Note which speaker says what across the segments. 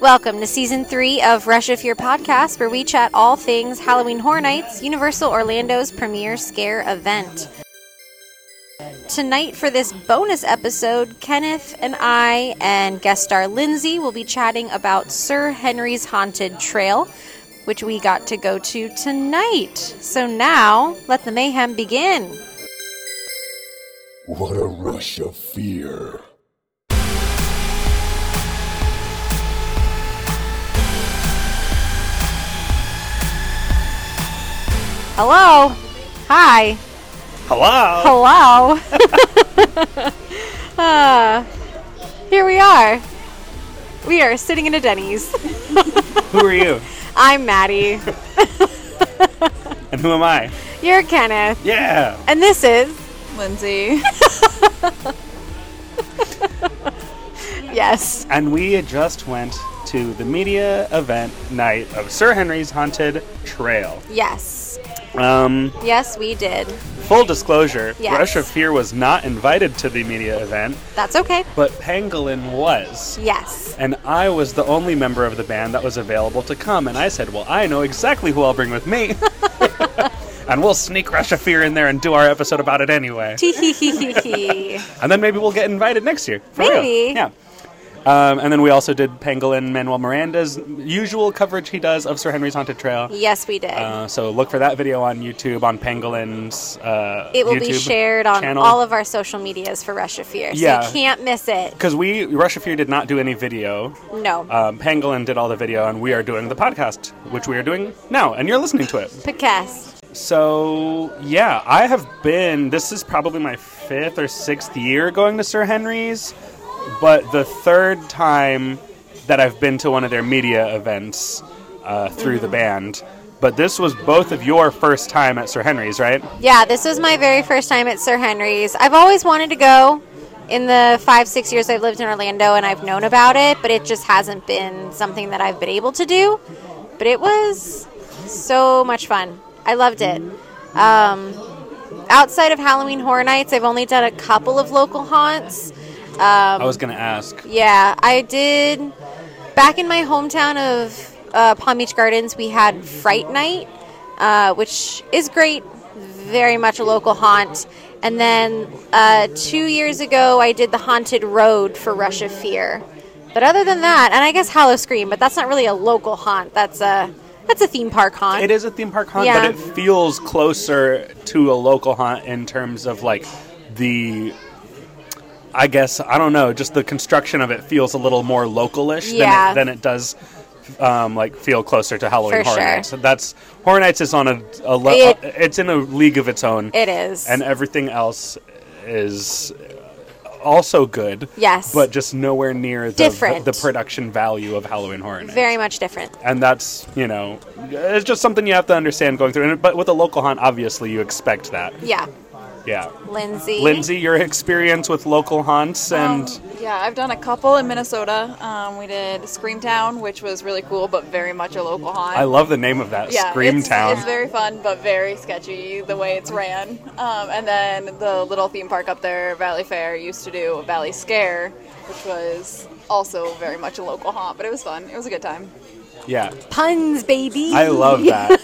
Speaker 1: Welcome to season three of Rush If Your Podcast, where we chat all things Halloween Horror Nights, Universal Orlando's premier scare event. Tonight, for this bonus episode, Kenneth and I and guest star Lindsay will be chatting about Sir Henry's Haunted Trail, which we got to go to tonight. So now, let the mayhem begin.
Speaker 2: What a rush of fear.
Speaker 1: Hello. Hi.
Speaker 3: Hello.
Speaker 1: Hello. Ah, here we are. We are sitting in a Denny's.
Speaker 3: Who are you?
Speaker 1: I'm Maddie.
Speaker 3: And who am I?
Speaker 1: You're Kenneth.
Speaker 3: Yeah.
Speaker 1: And this is.
Speaker 4: Lindsay.
Speaker 1: Yes.
Speaker 3: And we just went to the media event night of Sir Henry's Haunted Trail.
Speaker 1: Yes.
Speaker 3: Um,
Speaker 1: Yes, we did.
Speaker 3: full disclosure,
Speaker 1: Yes.
Speaker 3: Rush of Fear was not invited to the media event,
Speaker 1: That's okay.
Speaker 3: but Pangolin was.
Speaker 1: Yes.
Speaker 3: And I was the only member of the band that was available to come. And I said, Well, I know exactly who I'll bring with me. and we'll sneak Rush of Fear in there and do our episode about it anyway.
Speaker 1: Tee hee hee hee hee.
Speaker 3: And then maybe we'll get invited next year. For Real.
Speaker 1: Maybe.
Speaker 3: Yeah. Um, and then we also did Pangolin Manuel Miranda's usual coverage he does of Sir Henry's Haunted Trail.
Speaker 1: Yes, we did.
Speaker 3: Uh, so look for that video on YouTube on Pangolin's. Uh,
Speaker 1: it will be shared on all of our social medias for Russia Fear. So
Speaker 3: Yeah.
Speaker 1: you can't miss it.
Speaker 3: Because we Rush of Fear did not do any video.
Speaker 1: No.
Speaker 3: Um, Pangolin did all the video, and we are doing the podcast, which we are doing now, and you're listening to it.
Speaker 1: Podcast.
Speaker 3: So yeah, I have been. This is probably my fifth or sixth year going to Sir Henry's, but the third time that I've been to one of their media events uh, through the band. But this was both of your first time at Sir Henry's, right?
Speaker 1: Yeah, this was my very first time at Sir Henry's. I've always wanted to go in the five, six years I've lived in Orlando and I've known about it, but it just hasn't been something that I've been able to do. But it was so much fun. I loved it. Um, outside of Halloween Horror Nights, I've only done a couple of local haunts.
Speaker 3: I was gonna ask.
Speaker 1: Yeah, I did. Back in my hometown of uh, Palm Beach Gardens, we had Fright Night, uh, which is great, very much a local haunt. And then uh, two years ago, I did the Haunted Road for Rush of Fear. But other than that, and I guess Hollow Scream, but that's not really a local haunt. That's a that's a theme park haunt.
Speaker 3: It is a theme park haunt,
Speaker 1: Yeah.
Speaker 3: but it feels closer to a local haunt in terms of like the. I guess I don't know. Just the construction of it feels a little more localish
Speaker 1: Yeah.
Speaker 3: than, it, than it does, um, like feel closer to Halloween
Speaker 1: For
Speaker 3: Horror
Speaker 1: sure.
Speaker 3: Nights. That's Horror Nights is on a, a le-
Speaker 1: It-
Speaker 3: it's in a league of its own,
Speaker 1: It is.
Speaker 3: and everything else is also good.
Speaker 1: Yes.
Speaker 3: but just nowhere near the,
Speaker 1: Different.
Speaker 3: the production value of Halloween Horror Nights
Speaker 1: very much different.
Speaker 3: and that's you know it's just something you have to understand going through and but with a local haunt obviously you expect that
Speaker 1: Yeah,
Speaker 3: yeah
Speaker 1: Lindsay.
Speaker 3: lindsay your experience with local haunts and
Speaker 4: yeah, I've done a couple in Minnesota. Um, we did Screamtown, which was really cool, but very much a local haunt.
Speaker 3: i love the name of that
Speaker 4: yeah,
Speaker 3: scream
Speaker 4: it's,
Speaker 3: town
Speaker 4: It's very fun, but very sketchy the way it's ran. Um, and then the little theme park up there, Valley Fair, used to do Valley Scare, which was also very much a local haunt, but it was fun. It was a good time.
Speaker 3: yeah
Speaker 1: puns, baby.
Speaker 3: i love that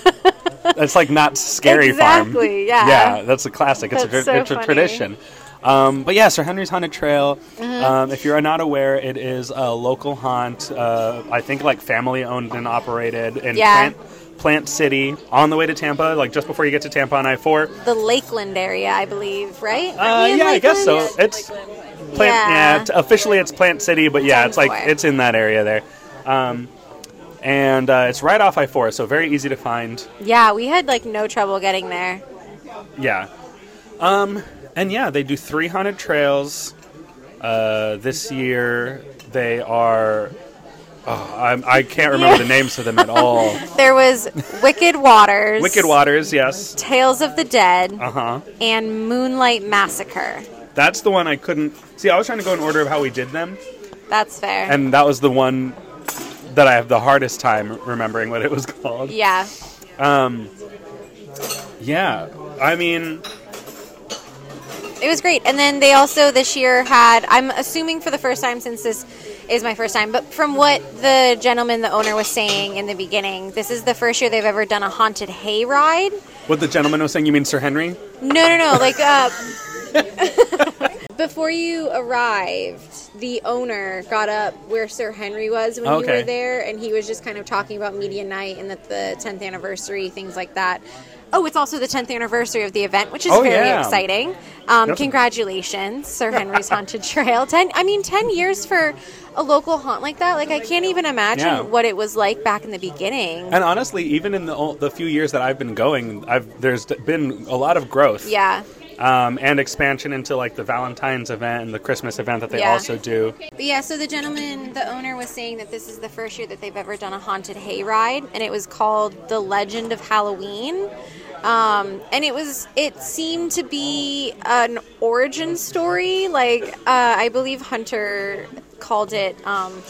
Speaker 3: it's like not scary farm
Speaker 1: Exactly, yeah.
Speaker 3: yeah that's a classic it's, a,
Speaker 1: That's
Speaker 3: tra-
Speaker 1: so
Speaker 3: it's a
Speaker 1: funny.
Speaker 3: tradition um, but yeah, Sir Henry's Haunted Trail.
Speaker 1: Mm-hmm.
Speaker 3: Um, if you're not aware, it is a local haunt. Uh, I think like family owned and operated in
Speaker 1: Yeah.
Speaker 3: Plant, Plant City, on the way to Tampa, like just before you get to Tampa on I-4.
Speaker 1: the Lakeland area, I believe, right?
Speaker 3: Uh, yeah, I guess so.
Speaker 1: Lakeland?
Speaker 3: It's
Speaker 4: Lakeland.
Speaker 3: Plant.
Speaker 1: Yeah.
Speaker 3: Yeah. it's- officially it's Plant City, but yeah, it's like
Speaker 1: Sounds like.
Speaker 3: it's in that area there, um, and uh, it's right off I four, so very easy to find.
Speaker 1: Yeah, we had like no trouble getting there.
Speaker 3: Yeah, um, and yeah, they do three haunted trails. Uh, this year they are. Oh, I'm, I can't remember the names of them at all.
Speaker 1: There was Wicked Waters,
Speaker 3: Wicked Waters, yes.
Speaker 1: Tales of the Dead,
Speaker 3: Uh huh.
Speaker 1: and Moonlight Massacre.
Speaker 3: That's the one I couldn't see. I was trying to go in order of how we did them,
Speaker 1: That's fair.
Speaker 3: and that was the one that I have the hardest time remembering what it was called.
Speaker 1: yeah,
Speaker 3: Yeah, I mean,
Speaker 1: it was great. And then they also this year had, I'm assuming for the first time since this is my first time. But from what the gentleman, the owner, was saying in the beginning, this is the first year they've ever done a haunted hay ride.
Speaker 3: What the gentleman was saying, you mean Sir Henry?
Speaker 1: No, no, no. Like, uh, before you arrived, the owner got up where Sir Henry was when you
Speaker 3: Okay.
Speaker 1: were there, and he was just kind of talking about media night and that the 10th anniversary, things like that. Oh, it's also the 10th anniversary of the event, which is
Speaker 3: Oh,
Speaker 1: very
Speaker 3: yeah.
Speaker 1: exciting. Um,
Speaker 3: Yep.
Speaker 1: congratulations, Sir Henry's Haunted Trail. Ten, I mean, 10 years for a local haunt like that. Like, I can't even imagine
Speaker 3: Yeah.
Speaker 1: what it was like back in the beginning.
Speaker 3: And honestly, even in the ol- the few years that I've been going, I've there's been a lot of growth.
Speaker 1: yeah.
Speaker 3: Um, and expansion into like the Valentine's event and the Christmas event that they
Speaker 1: Yeah.
Speaker 3: also do.
Speaker 1: But yeah, so the gentleman, the owner, was saying that this is the first year that they've ever done a haunted hayride, and it was called the Legend of Halloween. Um, and it was, it seemed to be an origin story. Like uh, I believe Hunter called it. Um,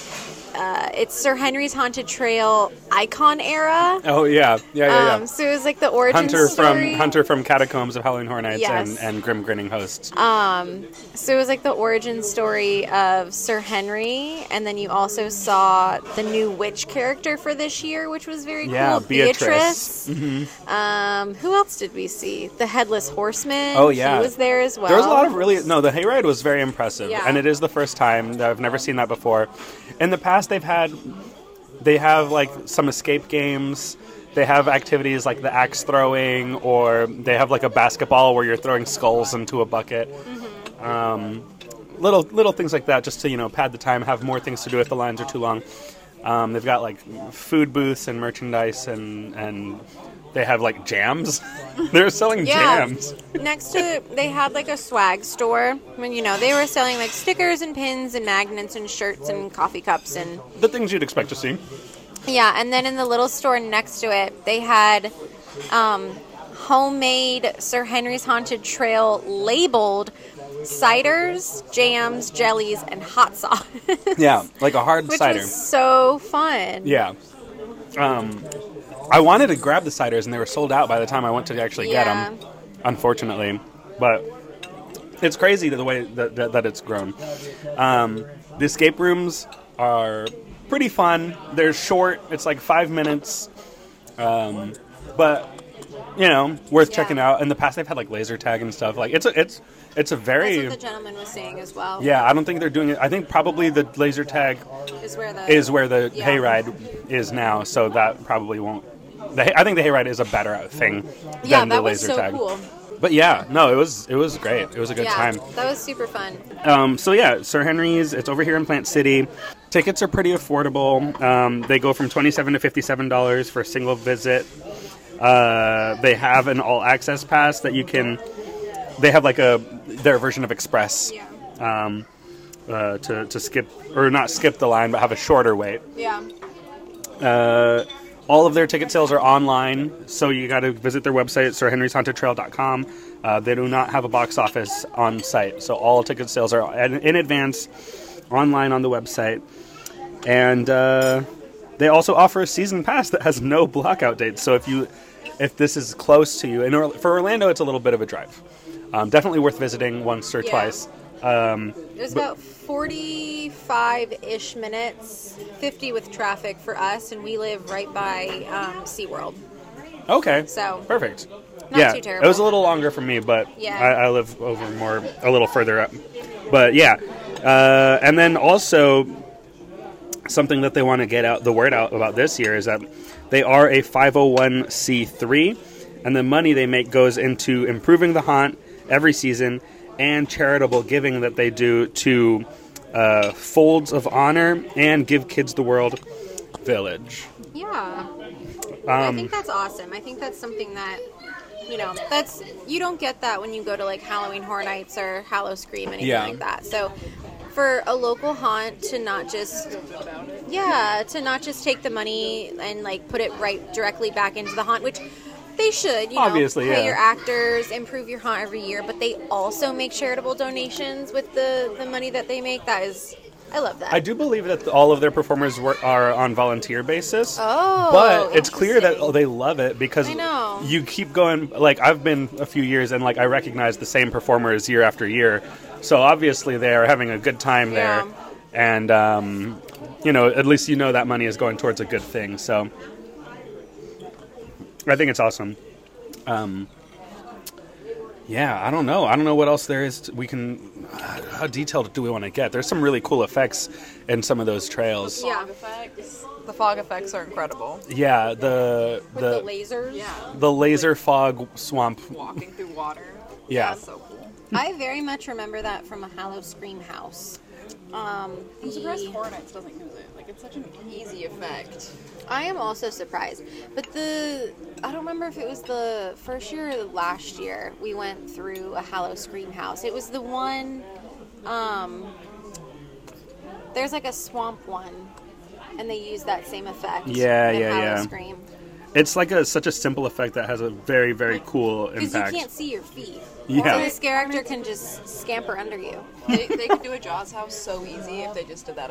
Speaker 1: uh, it's Sir Henry's Haunted Trail icon era.
Speaker 3: Oh yeah, yeah, yeah, yeah.
Speaker 1: Um, so it was like the origin
Speaker 3: Hunter
Speaker 1: story.
Speaker 3: from Hunter from Catacombs of Howling Hornets
Speaker 1: Yes.
Speaker 3: and, and Grim Grinning Host.
Speaker 1: So it was like the origin story of Sir Henry, and then you also saw the new witch character for this year, which was very
Speaker 3: Yeah,
Speaker 1: cool,
Speaker 3: Beatrice. Mm-hmm.
Speaker 1: Um, who else did we see? The headless horseman.
Speaker 3: Oh, yeah.
Speaker 1: he was there as well.
Speaker 3: There was a lot of really no. The hayride was very impressive,
Speaker 1: Yeah.
Speaker 3: and it is the first time that I've never seen that before. In the past, they've had they have like some escape games. They have activities like the axe throwing, or they have like a basketball where you're throwing skulls into a bucket.
Speaker 1: Mm-hmm.
Speaker 3: Um, little little things like that, just to you know pad the time, have more things to do if the lines are too long. Um, they've got like food booths and merchandise, and and they have like jams. They're selling
Speaker 1: yeah.
Speaker 3: jams.
Speaker 1: Next to they had like a swag store. I mean, you know, they were selling like stickers and pins and magnets and shirts and coffee cups and
Speaker 3: The things you'd expect to see.
Speaker 1: Yeah, and then in the little store next to it, they had um, homemade Sir Henry's Haunted Trail labeled ciders, jams, jellies, and hot sauce,
Speaker 3: Yeah, like a hard
Speaker 1: which
Speaker 3: cider.
Speaker 1: was so fun.
Speaker 3: Yeah. Um, I wanted to grab the ciders, and they were sold out by the time I went to actually get 'em, get
Speaker 1: Yeah.
Speaker 3: them, unfortunately. But it's crazy the way that, that, that it's grown. Um, the escape rooms are pretty fun. They're short. It's like five minutes. Um, but you know, worth
Speaker 1: Yeah.
Speaker 3: checking out. In the past, they've had like laser tag and stuff. Like it's a, it's it's a
Speaker 1: That's
Speaker 3: very
Speaker 1: what the gentleman was saying as well.
Speaker 3: yeah. I don't think they're doing it. I think probably the laser tag
Speaker 1: is where the
Speaker 3: is where the
Speaker 1: Yeah.
Speaker 3: hayride is now, so that probably won't. The, hay- I think the hayride is a better thing
Speaker 1: yeah
Speaker 3: than the
Speaker 1: that was
Speaker 3: laser
Speaker 1: so
Speaker 3: tag.
Speaker 1: cool.
Speaker 3: But yeah, no, it was it was great. It was a good
Speaker 1: yeah,
Speaker 3: time.
Speaker 1: that was super fun.
Speaker 3: Um, so yeah, Sir Henry's. It's over here in Plant City. Tickets are pretty affordable. Um, they go from twenty-seven to fifty-seven dollars for a single visit. Uh, they have an all-access pass that you can. They have like a their version of Express
Speaker 1: Yeah,
Speaker 3: um, uh, to to skip or not skip the line, but have a shorter wait.
Speaker 1: yeah,
Speaker 3: Uh, all of their ticket sales are online, so you got to visit their website, sirhenryshauntertrail.com. Uh, they do not have a box office on site, so all ticket sales are in, in advance online on the website. And uh, they also offer a season pass that has no blockout dates. So if you if this is close to you, in Orla- for Orlando, it's a little bit of a drive. Um, definitely worth visiting once or
Speaker 1: Yeah.
Speaker 3: twice.
Speaker 1: it was about forty-five-ish minutes, fifty with traffic for us, and we live right by um, SeaWorld.
Speaker 3: Okay.
Speaker 1: So-
Speaker 3: perfect.
Speaker 1: Not
Speaker 3: yeah,
Speaker 1: too
Speaker 3: it
Speaker 1: terrible.
Speaker 3: was a little longer for me, but
Speaker 1: Yeah.
Speaker 3: I, I live over more a little further up. But yeah, uh, and then also something that they want to get out the word out about this year is that they are a 501c3, and the money they make goes into improving the haunt every season and charitable giving that they do to uh, Folds of Honor and Give Kids the World Village.
Speaker 1: Yeah.
Speaker 3: Um,
Speaker 1: I think that's awesome. I think that's something that you know that's you don't get that when you go to like Halloween Horror Nights or Hallow Scream anything
Speaker 3: Yeah.
Speaker 1: like that. So for a local haunt to not just yeah to not just take the money and like put it right directly back into the haunt, which they should you
Speaker 3: Obviously,
Speaker 1: know, pay
Speaker 3: yeah.
Speaker 1: your actors, improve your haunt every year, but they also make charitable donations with the the money that they make. That is, I love that.
Speaker 3: I do believe that all of their performers were, are on volunteer basis.
Speaker 1: Oh,
Speaker 3: but it's clear that
Speaker 1: interesting.
Speaker 3: they love it because
Speaker 1: I know.
Speaker 3: you keep going. Like I've been a few years, and like I recognize the same performers year after year. So obviously they are having a good time
Speaker 1: Yeah.
Speaker 3: there, and um, you know, at least you know that money is going towards a good thing. So I think it's awesome. Um, yeah, I don't know. I don't know what else there is. To, we can. uh, How detailed do we want to get? There's some really cool effects in some of those trails.
Speaker 1: Yeah.
Speaker 4: Fog effects. The fog effects are incredible.
Speaker 3: Yeah, the
Speaker 1: With the,
Speaker 3: the
Speaker 1: lasers.
Speaker 4: Yeah.
Speaker 3: the laser fog swamp.
Speaker 4: Walking through water.
Speaker 3: Yeah.
Speaker 4: That's so cool.
Speaker 1: I very much remember that from a Hollow Scream House. Um,
Speaker 4: I'm surprised
Speaker 1: the-
Speaker 4: Hornets doesn't use it. Like it's such an easy effect.
Speaker 1: I am also surprised. But the I don't remember if it was the first year or the last year we went through a Hallow Scream House. It was the one um there's like a swamp one and they use that same effect.
Speaker 3: Yeah,
Speaker 1: in
Speaker 3: yeah,
Speaker 1: Hallow
Speaker 3: yeah.
Speaker 1: Scream.
Speaker 3: It's like a such a simple effect that has a very very cool
Speaker 1: Because
Speaker 3: impact.
Speaker 1: you can't see your feet.
Speaker 3: Yeah.
Speaker 1: So this character can just scamper under you.
Speaker 4: they, they could do a Jaws house so easy if they just did that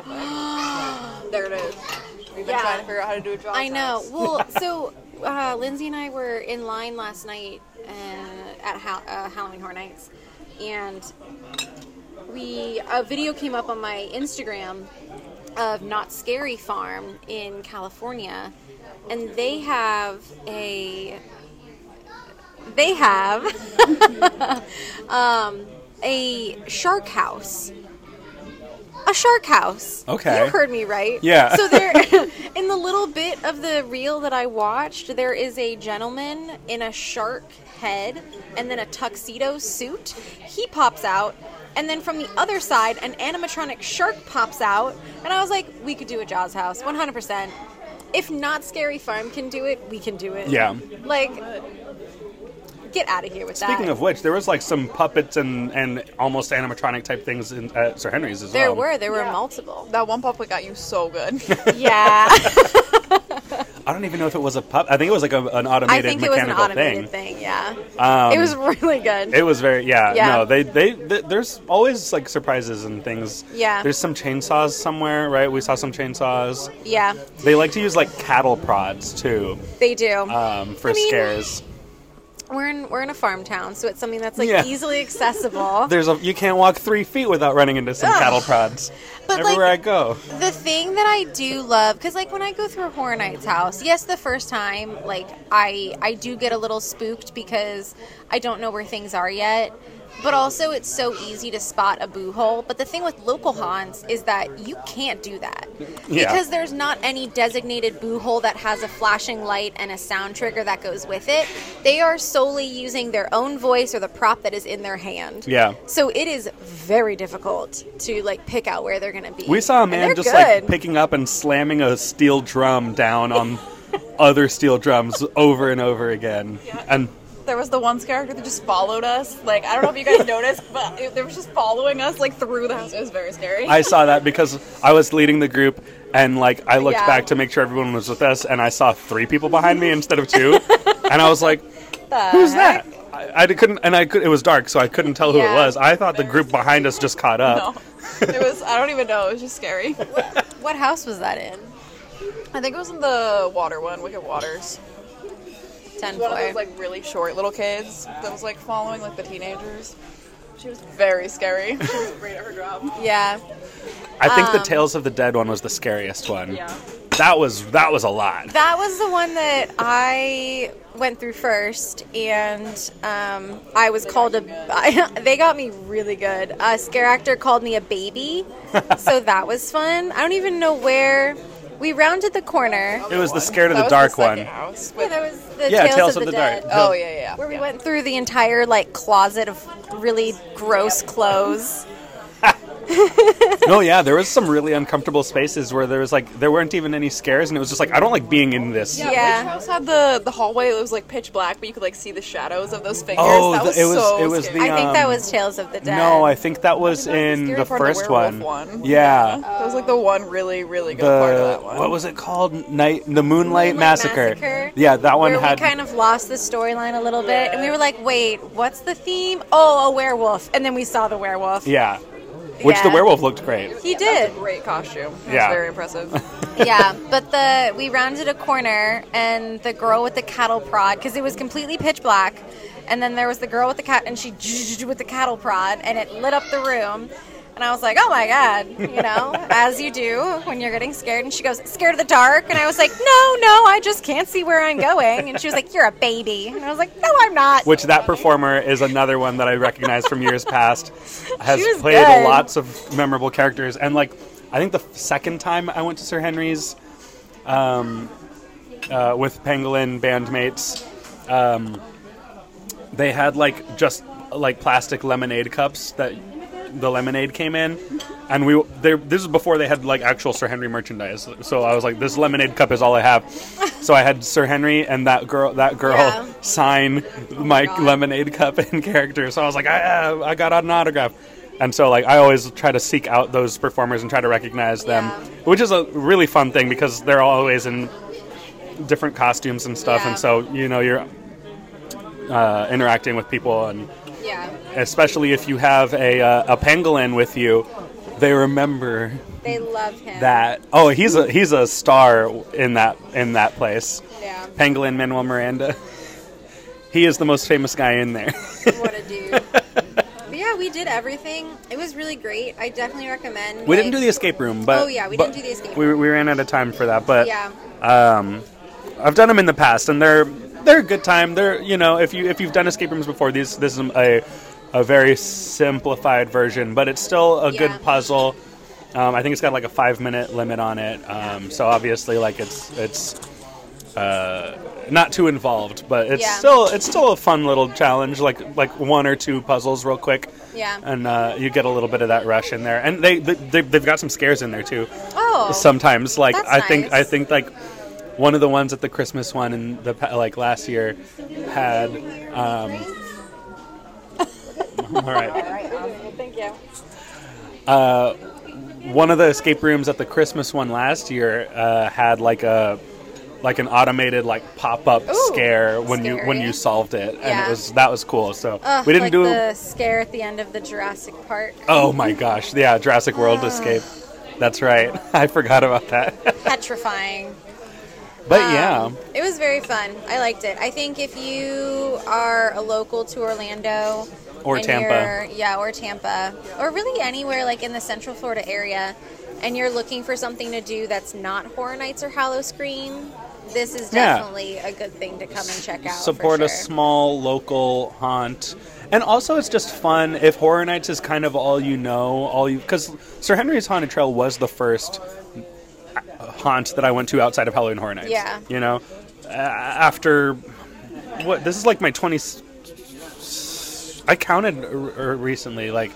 Speaker 4: effect. there it is. We've been
Speaker 1: Yeah.
Speaker 4: trying to figure out how to do a Jaws
Speaker 1: I know.
Speaker 4: house.
Speaker 1: Well, so uh, Lindsay and I were in line last night uh, at ha- uh, Halloween Horror Nights, and we a video came up on my Instagram of Not Scary Farm in California, and they have a they have um, a shark house. A shark house.
Speaker 3: Okay.
Speaker 1: You heard me right.
Speaker 3: Yeah.
Speaker 1: So there, in the little bit of the reel that I watched, there is a gentleman in a shark head and then a tuxedo suit. He pops out, and then from the other side, an animatronic shark pops out. And I was like, we could do a Jaws house, 100%. If not Scary Farm can do it, we can do it.
Speaker 3: Yeah.
Speaker 1: Like, get out of here with that.
Speaker 3: Speaking of which, there was like some puppets and, and almost animatronic type things in, at Sir Henry's as
Speaker 1: there
Speaker 3: well.
Speaker 1: were there were
Speaker 4: Yeah.
Speaker 1: multiple.
Speaker 4: That one puppet got you so good.
Speaker 1: Yeah,
Speaker 3: I don't even know if it was a pup. I think it was like a, an automated
Speaker 1: I think it was an
Speaker 3: mechanical
Speaker 1: automated
Speaker 3: thing.
Speaker 1: thing. yeah,
Speaker 3: Um,
Speaker 1: it was really good.
Speaker 3: It was very yeah,
Speaker 1: Yeah.
Speaker 3: no they, they th there's always like surprises and things
Speaker 1: Yeah.
Speaker 3: there's some chainsaws somewhere right we saw some chainsaws
Speaker 1: yeah,
Speaker 3: they like to use like cattle prods too
Speaker 1: they do.
Speaker 3: um, for
Speaker 1: I mean-
Speaker 3: scares
Speaker 1: we're in we're in a farm town, so it's something that's like
Speaker 3: Yeah.
Speaker 1: easily accessible.
Speaker 3: there's a you can't walk three feet without running into some
Speaker 1: Ugh.
Speaker 3: cattle prods
Speaker 1: But, like-
Speaker 3: everywhere I go
Speaker 1: the thing that I do love, because like when I go through Horror Nights house, yes, the first time, like I I do get a little spooked because I don't know where things are yet. But also, it's so easy to spot a boo hole. But the thing with local haunts is that you can't do that
Speaker 3: Yeah.
Speaker 1: because there's not any designated boo hole that has a flashing light and a sound trigger that goes with it. They are solely using their own voice or the prop that is in their hand.
Speaker 3: Yeah.
Speaker 1: So it is very difficult to like pick out where they're going to be.
Speaker 3: We saw a
Speaker 1: And they're
Speaker 3: man just
Speaker 1: good.
Speaker 3: like picking up and slamming a steel drum down on other steel drums over and over again. And
Speaker 4: there was the one character that just followed us. Like I don't know if you guys noticed, but it, they was just following us like through the house. It was very scary.
Speaker 3: I saw that because I was leading the group and like I looked
Speaker 1: Yeah.
Speaker 3: back to make sure everyone was with us and I saw three people behind me instead of two. and I was like, who's that? I, I couldn't, and I could, it was dark, so I couldn't tell who
Speaker 1: Yeah.
Speaker 3: it was. I thought the group behind us just caught
Speaker 4: no,
Speaker 3: up.
Speaker 4: it was. I don't even know. It was just scary.
Speaker 1: What house was that in?
Speaker 4: I think it was in the water one, Wicked Waters.
Speaker 1: Ten
Speaker 4: One of
Speaker 1: floor.
Speaker 4: those like really short little kids that was like following like the teenagers. She was very scary. she was great at her job.
Speaker 1: yeah.
Speaker 3: I think the Tales of the Dead one was the scariest one.
Speaker 4: Um, Yeah.
Speaker 3: That was that was a lot.
Speaker 1: That was the one that I went through first, and um, I was called a. they got me really good. A scare actor called me a baby, so that was fun. I don't even know where. We rounded the corner.
Speaker 3: It was the Scared of
Speaker 4: That
Speaker 3: the
Speaker 4: was
Speaker 3: Dark
Speaker 4: second
Speaker 3: one.
Speaker 4: house
Speaker 1: Yeah,
Speaker 4: with-
Speaker 1: that was the
Speaker 3: Yeah,
Speaker 1: Tales, of, the, Dead.
Speaker 3: Dark.
Speaker 4: oh yeah, yeah, yeah.
Speaker 1: Where we
Speaker 4: Yeah.
Speaker 1: went through the entire like closet of really gross clothes.
Speaker 3: no, yeah, there was some really uncomfortable spaces where there was like there weren't even any scares, and it was just like I don't like being in this.
Speaker 4: Yeah,
Speaker 1: Yeah.
Speaker 4: Which house had the the hallway that was like pitch black, but you could like see the shadows of those fingers.
Speaker 3: Oh,
Speaker 4: that
Speaker 3: the-
Speaker 4: was
Speaker 3: it was-
Speaker 4: so
Speaker 3: it was
Speaker 4: scary.
Speaker 3: the,
Speaker 1: I think
Speaker 3: Um,
Speaker 1: that was Tales of the Dead.
Speaker 3: No, I think that was
Speaker 4: That was the
Speaker 3: in
Speaker 4: scary
Speaker 3: the
Speaker 4: part, the
Speaker 3: first
Speaker 4: werewolf
Speaker 3: one.
Speaker 4: one.
Speaker 3: Yeah.
Speaker 4: that was like the one really really good part of
Speaker 3: the
Speaker 4: that one.
Speaker 3: what was it called? Night the Moonlight,
Speaker 1: Moonlight
Speaker 3: Massacre.
Speaker 1: Massacre,
Speaker 3: Yeah, that one
Speaker 1: where
Speaker 3: had
Speaker 1: we kind of lost the storyline a little bit, and we
Speaker 4: Yeah.
Speaker 1: were like, "Wait, what's the theme? Oh, a werewolf!" And then we saw the werewolf.
Speaker 3: yeah. Which the
Speaker 1: Yeah.
Speaker 3: werewolf looked great.
Speaker 1: He
Speaker 4: That was
Speaker 1: did,
Speaker 4: a great costume. It
Speaker 3: Yeah.
Speaker 4: was very impressive.
Speaker 1: yeah. But the we rounded a corner, and the girl with the cattle prod, because it was completely pitch black, and then there was the girl with the cat, and she with the cattle prod, and it lit up the room. And And I was like, oh my God, you know, as you do when you're getting scared. And she goes, scared of the dark. And I was like, no, no, I just can't see where I'm going. And she was like, you're a baby. And I was like, no, I'm not.
Speaker 3: Which that performer is another one that I recognize from years past. Has
Speaker 1: She was
Speaker 3: played
Speaker 1: good.
Speaker 3: lots of memorable characters, and like I think the f- second time I went to Sir Henry's um, uh, with Pangolin bandmates, um, they had like just like plastic lemonade cups that the lemonade came in, and we they, this is before they had like actual Sir Henry merchandise. So I was like, this lemonade cup is all I have. So I had Sir Henry and that girl that girl
Speaker 1: Yeah. Oh
Speaker 3: sign my
Speaker 1: God.
Speaker 3: lemonade cup in character. So I was like, I, I got an autograph. And so, like, I always try to seek out those performers and try to recognize them,
Speaker 1: Yeah.
Speaker 3: which is a really fun thing because they're always in different costumes and stuff.
Speaker 1: Yeah.
Speaker 3: And so, you know, you're uh, interacting with people and
Speaker 1: Yeah.
Speaker 3: especially if you have a uh, a pangolin with you, they remember
Speaker 1: They love him.
Speaker 3: that. Oh, he's a he's a star in that in that place.
Speaker 1: Yeah.
Speaker 3: Pangolin Manuel Miranda. He is the most famous guy in there.
Speaker 1: What a dude. But yeah, we did everything. It was really great. I definitely recommend.
Speaker 3: We didn't do
Speaker 1: like-
Speaker 3: the escape room, but
Speaker 1: Oh, yeah, we
Speaker 3: but
Speaker 1: didn't do the escape
Speaker 3: We, we ran out of time for that, but
Speaker 1: Yeah.
Speaker 3: I've done them in the past, and they're they're a good time. They're you know if you if you've done escape rooms before, these this is a a very simplified version, but it's still a
Speaker 1: Yeah.
Speaker 3: good puzzle. Um, I think it's got like a five minute limit on it, um, so obviously like it's it's uh, not too involved, but it's
Speaker 1: Yeah.
Speaker 3: still it's still a fun little challenge. Like like one or two puzzles real quick.
Speaker 1: Yeah.
Speaker 3: and uh, you get a little bit of that rush in there, and they, they they've got some scares in there too
Speaker 1: Oh.
Speaker 3: sometimes like
Speaker 1: That's
Speaker 3: i think
Speaker 1: nice.
Speaker 3: i think like one of the ones at the christmas one in the pa- like last year had um all right
Speaker 1: Thank you.
Speaker 3: Uh, one of the escape rooms at the christmas one last year uh, had like a like an automated like pop-up
Speaker 1: Ooh,
Speaker 3: scare when you when
Speaker 1: scary.
Speaker 3: you solved it and
Speaker 1: Yeah.
Speaker 3: it was that was cool so
Speaker 1: Ugh,
Speaker 3: we didn't
Speaker 1: like
Speaker 3: do
Speaker 1: the scare at the end of the Jurassic Park.
Speaker 3: oh my gosh yeah jurassic
Speaker 1: Ah.
Speaker 3: world escape that's right i forgot about that
Speaker 1: Petrifying.
Speaker 3: but
Speaker 1: Um,
Speaker 3: yeah
Speaker 1: It was very fun. I liked it. I think if you are a local to Orlando
Speaker 3: Or
Speaker 1: and
Speaker 3: Tampa.
Speaker 1: you're- yeah, or Tampa, or really anywhere like in the Central Florida area, and you're looking for something to do that's not Horror Nights or Hallow Scream, this is
Speaker 3: Yeah.
Speaker 1: definitely a good thing to come and check out. for
Speaker 3: support a
Speaker 1: sure.
Speaker 3: small local haunt and also it's just fun if horror nights is kind of all you know all you because sir henry's haunted trail was the first uh, haunt that i went to outside of halloween horror nights
Speaker 1: Yeah.
Speaker 3: you know uh, after what this is like my 20s i counted r- r- recently like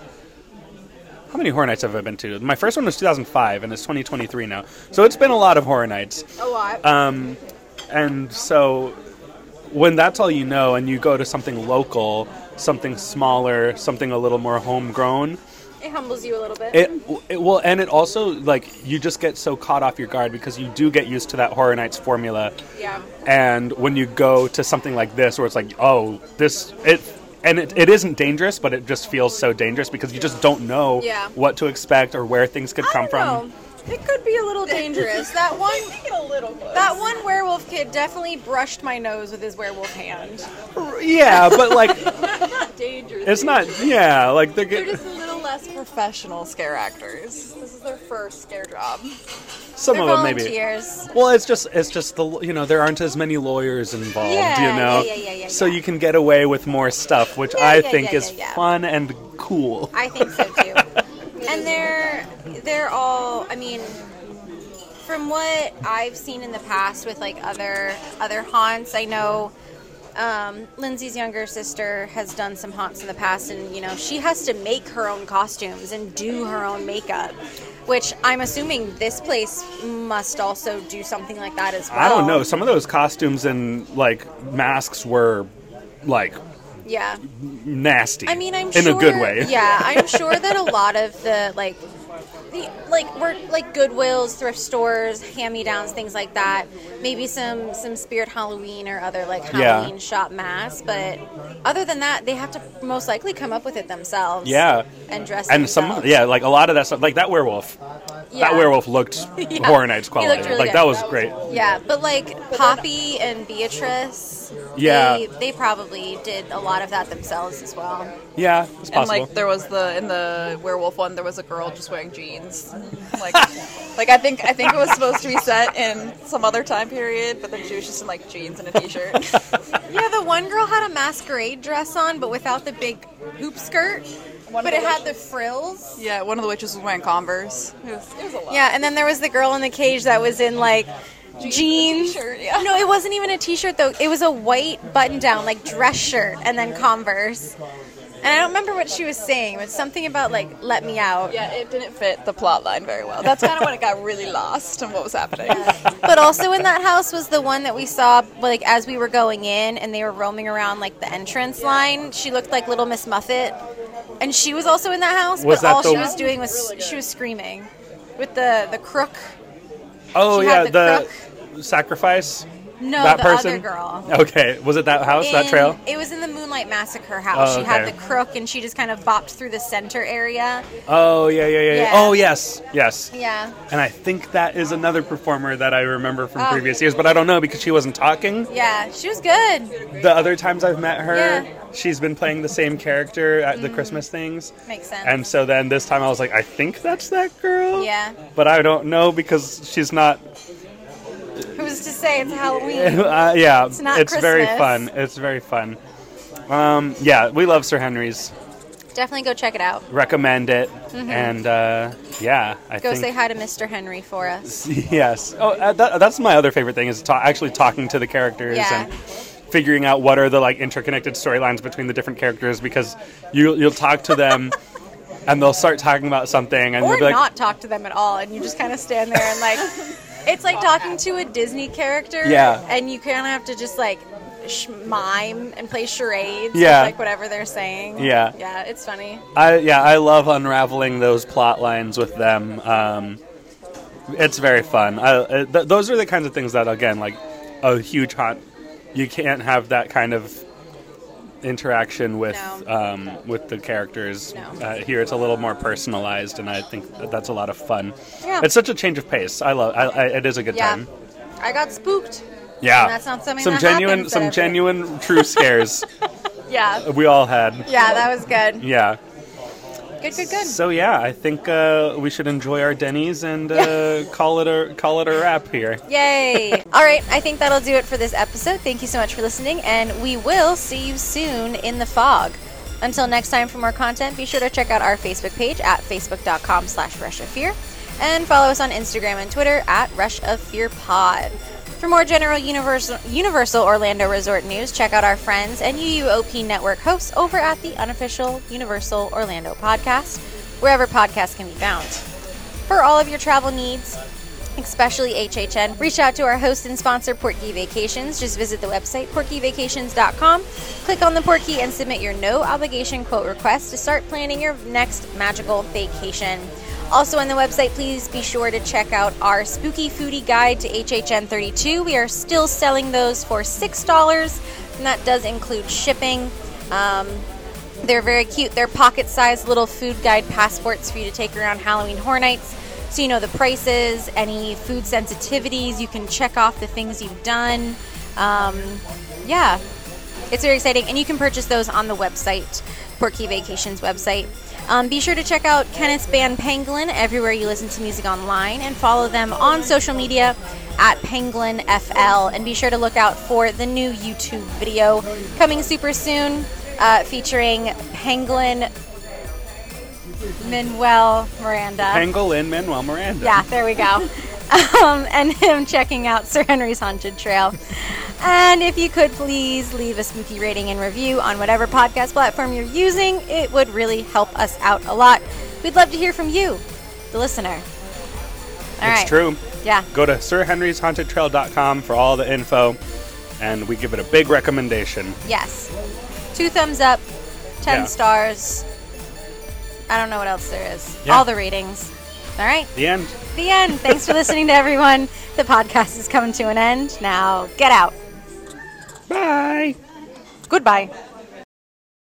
Speaker 3: how many horror nights have i been to my first one was 2005 and it's 2023 now so it's been a lot of horror nights
Speaker 1: A lot.
Speaker 3: Uh, and so when that's all you know and you go to something local, something smaller, something a little more homegrown,
Speaker 1: it humbles you a little bit.
Speaker 3: it, it will and it also like you just get so caught off your guard because you do get used to that horror nights formula.
Speaker 1: yeah.
Speaker 3: And when you go to something like this where it's like, "Oh, this it and it, it isn't dangerous, but it just feels so dangerous because you just don't know
Speaker 1: Yeah.
Speaker 3: what to expect or where things could come
Speaker 1: I
Speaker 3: from.
Speaker 1: don't know. It could be a little dangerous. That one,
Speaker 4: Take it a little close.
Speaker 1: that one werewolf kid definitely brushed my nose with his werewolf hand.
Speaker 3: Yeah, but like
Speaker 4: dangerous.
Speaker 3: it's not yeah, like they're,
Speaker 4: They're
Speaker 3: get,
Speaker 4: just a little less professional scare actors. This is their first scare job.
Speaker 3: some
Speaker 1: They're
Speaker 3: of them maybe.
Speaker 1: volunteers.
Speaker 3: Well, it's just it's just the you know there aren't as many lawyers involved,
Speaker 1: Yeah,
Speaker 3: you know,
Speaker 1: yeah, yeah, yeah, yeah,
Speaker 3: so
Speaker 1: yeah.
Speaker 3: you can get away with more stuff, which
Speaker 1: Yeah,
Speaker 3: I
Speaker 1: yeah,
Speaker 3: think
Speaker 1: yeah,
Speaker 3: is
Speaker 1: yeah, yeah.
Speaker 3: fun and cool.
Speaker 1: I think so too. and they're they're all. I mean, from what I've seen in the past with like other other haunts, I know um, Lindsay's younger sister has done some haunts in the past, and you know she has to make her own costumes and do her own makeup. Which I'm assuming this place must also do something like that as well.
Speaker 3: I don't know. Some of those costumes and like masks were like
Speaker 1: Yeah.
Speaker 3: nasty.
Speaker 1: I mean, I'm
Speaker 3: in
Speaker 1: sure,
Speaker 3: a good way.
Speaker 1: Yeah, I'm sure that a lot of the like, the, like we're like Goodwills, thrift stores, hand-me-downs, things like that. Maybe some some Spirit Halloween or other like
Speaker 3: Yeah.
Speaker 1: Halloween shop masks. But other than that, they have to most likely come up with it themselves.
Speaker 3: Yeah.
Speaker 1: and dress
Speaker 3: And some,
Speaker 1: themselves.
Speaker 3: yeah, like a lot of that stuff, like that werewolf.
Speaker 1: Yeah.
Speaker 3: That werewolf looked
Speaker 1: Yeah.
Speaker 3: Horror Nights
Speaker 1: He
Speaker 3: quality.
Speaker 1: looked really
Speaker 3: like
Speaker 1: good.
Speaker 3: that was great.
Speaker 1: Yeah, but like Poppy and Beatrice,
Speaker 3: Yeah.
Speaker 1: they, they probably did a lot of that themselves as well.
Speaker 3: Yeah, it's
Speaker 4: And
Speaker 3: possible.
Speaker 4: like there was the in the werewolf one, there was a girl just wearing jeans. Like, like I think I think it was supposed to be set in some other time period, but then she was just in like jeans and a t-shirt.
Speaker 1: Yeah, the one girl had a masquerade dress on, but without the big hoop skirt,
Speaker 4: One
Speaker 1: but
Speaker 4: of
Speaker 1: it
Speaker 4: the
Speaker 1: had the frills.
Speaker 4: yeah, one of the witches was wearing Converse. It was, it was a lot.
Speaker 1: Yeah, and then there was the girl in the cage that was in like jeans.
Speaker 4: t-shirt, yeah.
Speaker 1: No, it wasn't even a t-shirt though. It was a white button-down like dress shirt and then Converse. And I don't remember what she was saying, but something about like "let me out."
Speaker 4: Yeah, it didn't fit the plot line very well. That's kind of when it got really lost and what was happening.
Speaker 1: But also in that house was the one that we saw like as we were going in and they were roaming around like the entrance line. She looked like Little Miss Muffet. And she was also in that house,
Speaker 3: Was
Speaker 1: but
Speaker 3: that
Speaker 1: all
Speaker 3: the-
Speaker 1: she was doing was she was screaming with the the crook.
Speaker 3: oh
Speaker 1: she
Speaker 3: yeah,
Speaker 1: had the
Speaker 3: the, sacrifice.
Speaker 1: No,
Speaker 3: that
Speaker 1: the
Speaker 3: person.
Speaker 1: other girl.
Speaker 3: Okay, was it that house? that
Speaker 1: In-
Speaker 3: trail?
Speaker 1: It was in the Moonlight Massacre house.
Speaker 3: Oh,
Speaker 1: She had
Speaker 3: okay.
Speaker 1: the crook and she just kind of bopped through the center area.
Speaker 3: Oh yeah, yeah, yeah, yeah.
Speaker 1: Yeah.
Speaker 3: Oh yes, yes.
Speaker 1: Yeah.
Speaker 3: And I think that is another performer that I remember from
Speaker 1: Oh.
Speaker 3: previous years, but I don't know because she wasn't talking.
Speaker 1: Yeah, she was good.
Speaker 3: The other times I've met her,
Speaker 1: Yeah. Mm.
Speaker 3: she's been playing the same character at the Christmas things.
Speaker 1: Makes sense.
Speaker 3: And so then this time I was like, I think that's that girl.
Speaker 1: Yeah.
Speaker 3: But I don't know because she's not.
Speaker 1: Who's to say it's Halloween?
Speaker 3: uh, yeah. It's
Speaker 1: not
Speaker 3: very
Speaker 1: Christmas.
Speaker 3: fun. It's very fun. Um, yeah, we love Sir Henry's.
Speaker 1: Definitely go check it out.
Speaker 3: Recommend it. And uh, yeah, I
Speaker 1: Mm-hmm. Go
Speaker 3: think.
Speaker 1: say hi to Mr. Henry for us.
Speaker 3: Yes. Oh, uh, that, that's my other favorite thing is ta- actually talking to the characters
Speaker 1: Yeah.
Speaker 3: and figuring out what are the like interconnected storylines between the different characters because you you'll talk to them and they'll start talking about something and
Speaker 1: or
Speaker 3: they'll be like,
Speaker 1: not talk to them at all and you just kind of stand there and like it's like talking to a disney character
Speaker 3: Yeah.
Speaker 1: and you kind of have to just like sh- mime and play charades with,
Speaker 3: Yeah.
Speaker 1: like whatever they're saying
Speaker 3: Yeah.
Speaker 1: yeah it's funny
Speaker 3: I yeah, I love unraveling those plot lines with them. Um, it's very fun. I, uh, th- those are the kinds of things that again, like a huge haunt, you can't have that kind of interaction with
Speaker 1: No.
Speaker 3: um, with the characters.
Speaker 1: No.
Speaker 3: Uh, here, it's a little more personalized, and I think that that's a lot of fun.
Speaker 1: Yeah.
Speaker 3: It's such a change of pace. I love. I, I, it is a good
Speaker 1: yeah
Speaker 3: time.
Speaker 1: i got spooked
Speaker 3: Yeah,
Speaker 1: And that's not something
Speaker 3: some
Speaker 1: that
Speaker 3: genuine,
Speaker 1: happens at
Speaker 3: some
Speaker 1: every-
Speaker 3: genuine, true scares
Speaker 1: yeah
Speaker 3: we all had.
Speaker 1: yeah that was good
Speaker 3: Yeah.
Speaker 1: good good good
Speaker 3: So yeah, I think uh, we should enjoy our Denny's and uh, call it a call it a wrap here.
Speaker 1: Yay! All right, I think that'll do it for this episode. Thank you so much for listening, and we will see you soon in the fog. Until next time, for more content, be sure to check out our Facebook page at facebook.com slash Rush of Fear, and follow us on Instagram and Twitter at Rush of Fear Pod. For more general Universal, Universal Orlando Resort news, check out our friends and UUOP network hosts over at the unofficial Universal Orlando podcast, wherever podcasts can be found. For all of your travel needs, especially HHN, reach out to our host and sponsor, Portkey Vacations. Just visit the website, portgeyvacations.com, click on the Portkey, and submit your no obligation quote request to start planning your next magical vacation. Also on the website, please be sure to check out our Spooky Foodie Guide to HHN 32. We are still selling those for $6, and that does include shipping. Um, they're very cute. They're pocket sized little food guide passports for you to take around Halloween Horror Nights. So you know the prices, any food sensitivities. You can check off the things you've done. Um, yeah, it's very exciting. And you can purchase those on the website, Porky Vacations website. Um, be sure to check out Kenneth's band Pangolin everywhere you listen to music online and follow them on social media at Pangolin FL. And be sure to look out for the new YouTube video coming super soon uh, featuring Pangolin Manuel Miranda.
Speaker 3: Pangolin Manuel Miranda.
Speaker 1: Yeah, there we go. um, and him checking out Sir Henry's Haunted Trail. And if you could please leave a spooky rating and review on whatever podcast platform you're using, it would really help us out a lot. We'd love to hear from you, the listener. All right.
Speaker 3: it's true.
Speaker 1: Yeah.
Speaker 3: Go to sirhenry'shauntedtrail.com for all the info, and we give it a big recommendation.
Speaker 1: Yes. Two thumbs up, 10
Speaker 3: Yeah.
Speaker 1: stars. I don't know what else there is.
Speaker 3: Yeah.
Speaker 1: All the ratings. All right.
Speaker 3: The end.
Speaker 1: The end. Thanks for listening to everyone. The podcast is coming to an end. Now get out.
Speaker 3: Bye.
Speaker 1: Goodbye.